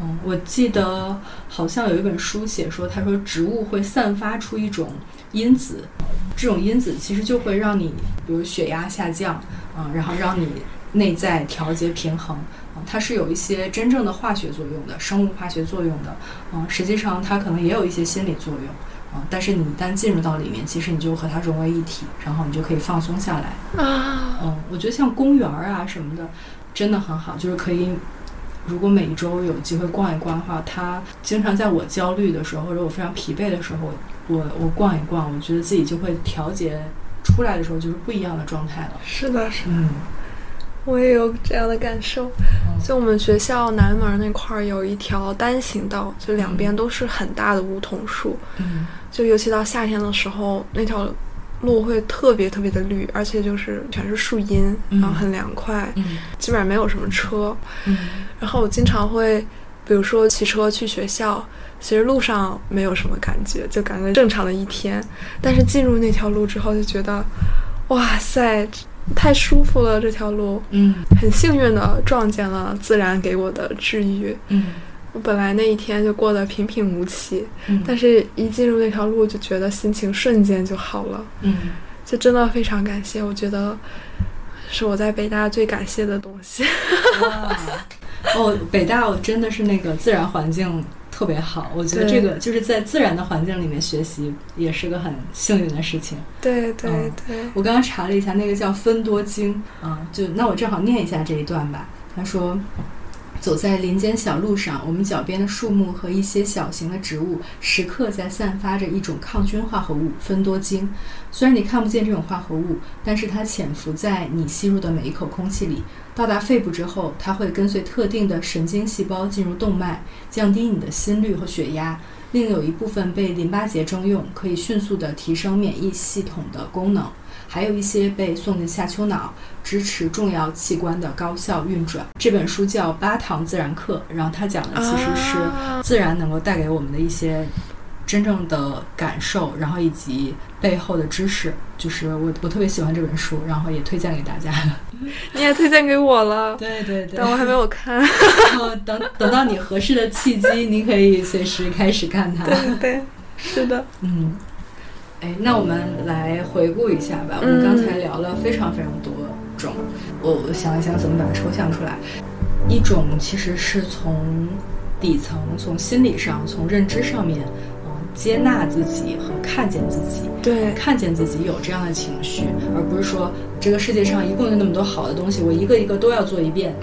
嗯，我记得好像有一本书写说，他说植物会散发出一种因子，这种因子其实就会让你，比如血压下降，嗯、然后让你内在调节平衡。嗯它是有一些真正的化学作用的，生物化学作用的，嗯，实际上它可能也有一些心理作用，嗯，但是你一旦进入到里面，其实你就和它融为一体，然后你就可以放松下来。啊，嗯，我觉得像公园儿啊什么的，真的很好，就是可以。如果每一周有机会逛一逛的话，它经常在我焦虑的时候，或者我非常疲惫的时候，我我逛一逛，我觉得自己就会调节出来的时候，就是不一样的状态了。是的，是的嗯，我也有这样的感受。就我们学校南门那块儿有一条单行道，就两边都是很大的梧桐树，嗯就尤其到夏天的时候，那条路会特别特别的绿，而且就是全是树荫，嗯然后很凉快，嗯基本上没有什么车。嗯然后我经常会，比如说骑车去学校，其实路上没有什么感觉，就感觉正常的一天。但是进入那条路之后，就觉得，哇塞，太舒服了，这条路嗯很幸运的撞见了自然给我的治愈。嗯我本来那一天就过得平平无奇，嗯，但是一进入那条路，就觉得心情瞬间就好了，嗯就真的非常感谢。我觉得是我在北大最感谢的东西。 哇 哦，北大我真的是那个自然环境特别好，我觉得对这个就是在自然的环境里面学习也是个很幸运的事情。对对嗯对，我刚刚查了一下，那个叫芬多精，啊、就那我正好念一下这一段吧。他说。走在林间小路上，我们脚边的树木和一些小型的植物，时刻在散发着一种抗菌化合物芬多精。虽然你看不见这种化合物，但是它潜伏在你吸入的每一口空气里。到达肺部之后，它会跟随特定的神经细胞进入动脉，降低你的心率和血压。另有一部分被淋巴结征用，可以迅速地提升免疫系统的功能。还有一些被送进下丘脑，支持重要器官的高效运转。这本书叫《八堂自然课》，然后它讲的其实是啊自然能够带给我们的一些真正的感受，然后以及背后的知识。就是我我特别喜欢这本书，然后也推荐给大家。你也推荐给我了，对对对但，我还没有看。然后等等到你合适的契机，你可以随时开始看它。 对对，是的，嗯，哎，那我们来回顾一下吧。我们嗯刚才聊了非常非常多种，我我想一想怎么把它抽象出来。一种其实是从底层、从心理上、从认知上面，嗯、接纳自己和看见自己。对看见自己有这样的情绪，而不是说这个世界上一共有那么多好的东西，我一个一个都要做一遍，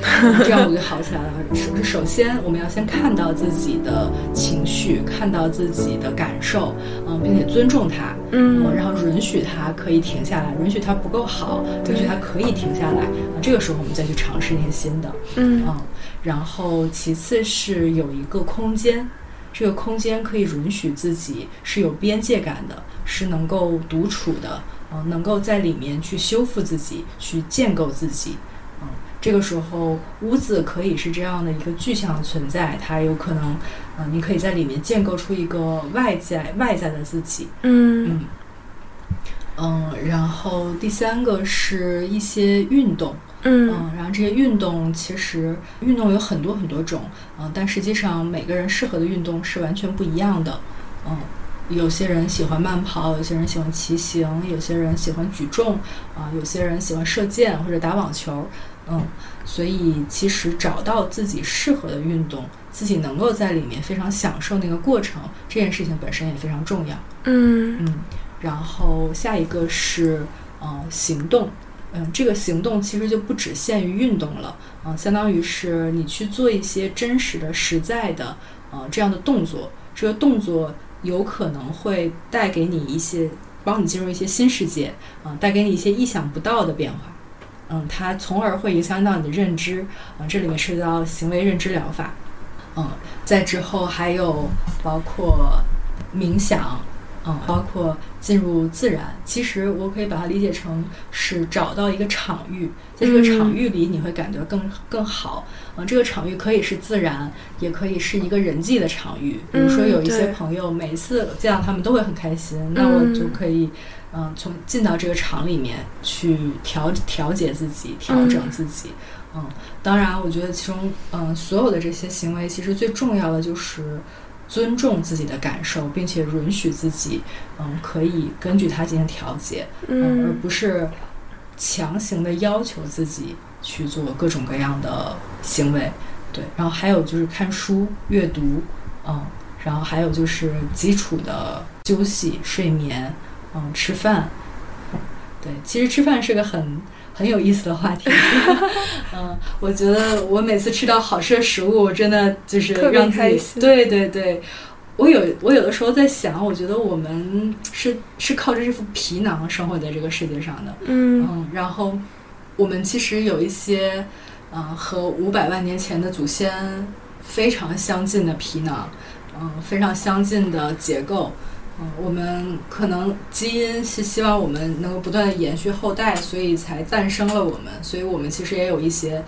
这样我就好起来了。是不是？首先我们要先看到自己的情绪，看到自己的感受，嗯，并且尊重它，嗯然后允许它可以停下来，允许它不够好，对允许它可以停下来。啊，这个时候我们再去尝试那些新的。嗯嗯，然后其次是有一个空间，这个空间可以允许自己是有边界感的，是能够独处的，嗯、能够在里面去修复自己，去建构自己。嗯，这个时候屋子可以是这样的一个具象的存在，它有可能，嗯、你可以在里面建构出一个外在外在的自己。嗯嗯嗯，然后第三个是一些运动。嗯嗯，然后这些运动其实运动有很多很多种，嗯，但实际上每个人适合的运动是完全不一样的，嗯，有些人喜欢慢跑，有些人喜欢骑行，有些人喜欢举重，啊、有些人喜欢射箭或者打网球，嗯，所以其实找到自己适合的运动，自己能够在里面非常享受那个过程，这件事情本身也非常重要。嗯嗯，然后下一个是呃行动，嗯，这个行动其实就不只限于运动了，嗯、相当于是你去做一些真实的、实在的，呃，这样的动作，这个动作有可能会带给你一些，帮你进入一些新世界，嗯、带给你一些意想不到的变化。嗯，它从而会影响到你的认知，啊、这里面涉及到行为认知疗法，嗯，在之后还有包括冥想，嗯，包括进入自然。其实我可以把它理解成是找到一个场域，在这个嗯场域里你会感觉更更好。嗯，这个场域可以是自然，也可以是一个人际的场域。比如说嗯有一些对朋友，每次见到他们都会很开心，那我就嗯可以。嗯，从进到这个场里面去调调节自己，调整自己。嗯，当然，我觉得其中，嗯，所有的这些行为，其实最重要的就是尊重自己的感受，并且允许自己，嗯，可以根据它进行调节，嗯，而嗯不是强行的要求自己去做各种各样的行为。对，然后还有就是看书、阅读，嗯，然后还有就是基础的休息、睡眠，嗯，吃饭。 对，其实吃饭是个很很有意思的话 题。嗯，我觉得我每次吃到好吃的食物，我真的就是特别让自开己心对对对。我有我有的时候在想，我觉得我们是是靠着这副皮囊生活在这个世界上的。嗯嗯，然后我们其实有一些，呃，和五百万年前的祖先非常相近的皮囊，嗯、非常相近的结构。嗯，我们可能基因是希望我们能够不断地延续后代，所以才诞生了我们。所以我们其实也有一些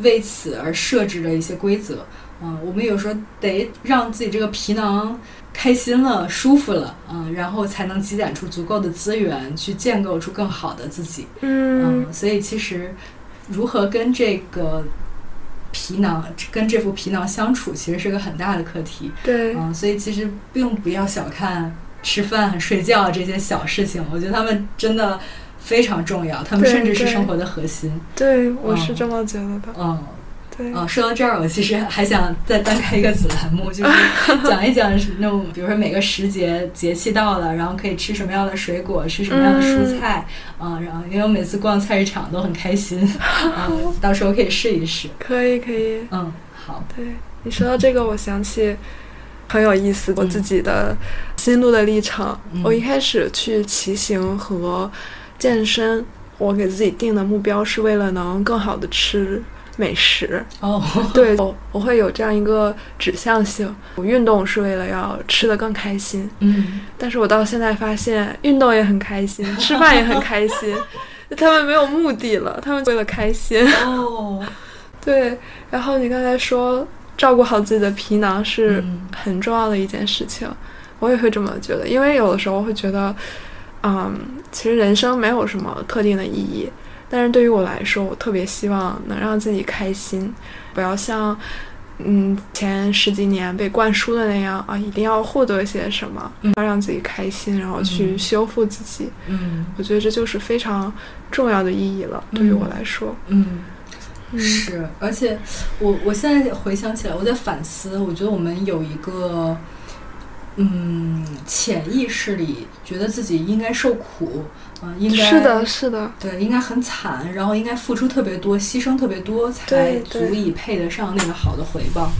为此而设置的一些规则。嗯，我们有时候得让自己这个皮囊开心了、舒服了，嗯，然后才能积攒出足够的资源去建构出更好的自己。嗯，所以其实如何跟这个皮囊、跟这副皮囊相处，其实是个很大的课题。对，嗯，所以其实并不要小看吃饭、睡觉这些小事情，我觉得他们真的非常重要，他们对甚至是对生活的核心。对，哦我是这么觉得的。嗯。对，啊，说到这儿，我其实还想再单开一个子栏目，就是讲一讲是那种，比如说每个时节节气到了，然后可以吃什么样的水果，吃什么样的蔬菜、啊。然后因为我每次逛菜市场都很开心，啊，到时候可以试一试。可以，可以。嗯，好，对你说到这个，我想起很有意思我嗯自己的心路的历程。嗯我一开始去骑行和健身，我给自己定的目标是为了能更好的吃美食。哦，对，我我会有这样一个指向性。我运动是为了要吃的更开心，嗯，但是我到现在发现，运动也很开心，吃饭也很开心。 他们没有目的了，他们为了开心。哦，对，然后你刚才说照顾好自己的皮囊是嗯很重要的一件事情，我也会这么觉得，因为有的时候会觉得，嗯，其实人生没有什么特定的意义，但是对于我来说，我特别希望能让自己开心，不要像。嗯，前十几年被灌输的那样啊，一定要获得些什么，嗯要让自己开心，然后去嗯修复自己。嗯我觉得这就是非常重要的意义了，对于我来说。嗯。嗯是，而且我我现在回想起来，我在反思，我觉得我们有一个，嗯，潜意识里觉得自己应该受苦，嗯、应该是的，，是的，对，应该很惨，然后应该付出特别多，牺牲特别多，才对足对以配得上那个好的回报。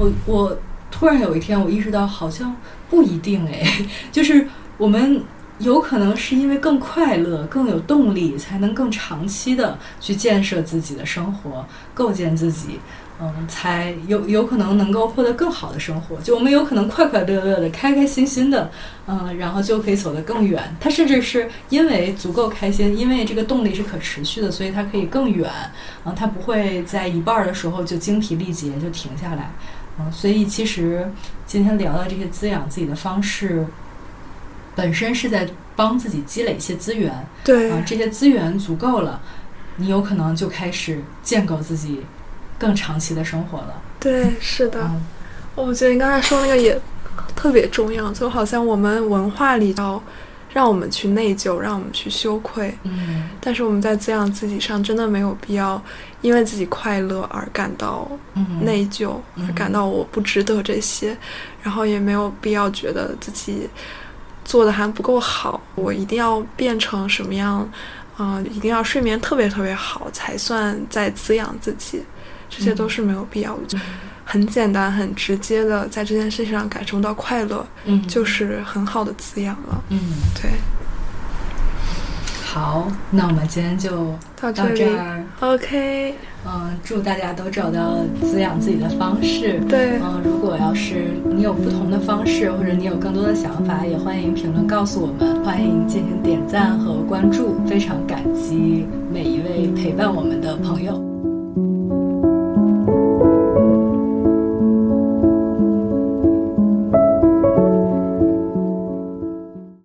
我我突然有一天，我意识到好像不一定哎， 就是我们。有可能是因为更快乐、更有动力，才能更长期的去建设自己的生活，构建自己，嗯，才有有可能能够获得更好的生活。就我们有可能快快乐乐的、开开心心的，嗯，然后就可以走得更远。它甚至是因为足够开心，因为这个动力是可持续的，所以它可以更远。嗯，它不会在一半儿的时候就精疲力竭就停下来。嗯，所以其实今天聊到这些滋养自己的方式，本身是在帮自己积累一些资源。对，啊，这些资源足够了，你有可能就开始建构自己更长期的生活了。对，是的，哦嗯我觉得你刚才说那个也特别重要，就好像我们文化里要让我们去内疚，让我们去羞愧，嗯但是我们在滋养自己上真的没有必要因为自己快乐而感到嗯，内疚，嗯而感到我不值得这些，然后也没有必要觉得自己做的还不够好，我一定要变成什么样，啊、一定要睡眠特别特别好才算在滋养自己，这些都是没有必要的。嗯很简单、很直接的在这件事情上感受到快乐，嗯就是很好的滋养了。嗯对，好，那我们今天就到这到里这儿。 ，OK，嗯，祝大家都找到滋养自己的方式。对，嗯，如果要是你有不同的方式，或者你有更多的想法，也欢迎评论告诉我们，欢迎进行点赞和关注，非常感激每一位陪伴我们的朋友。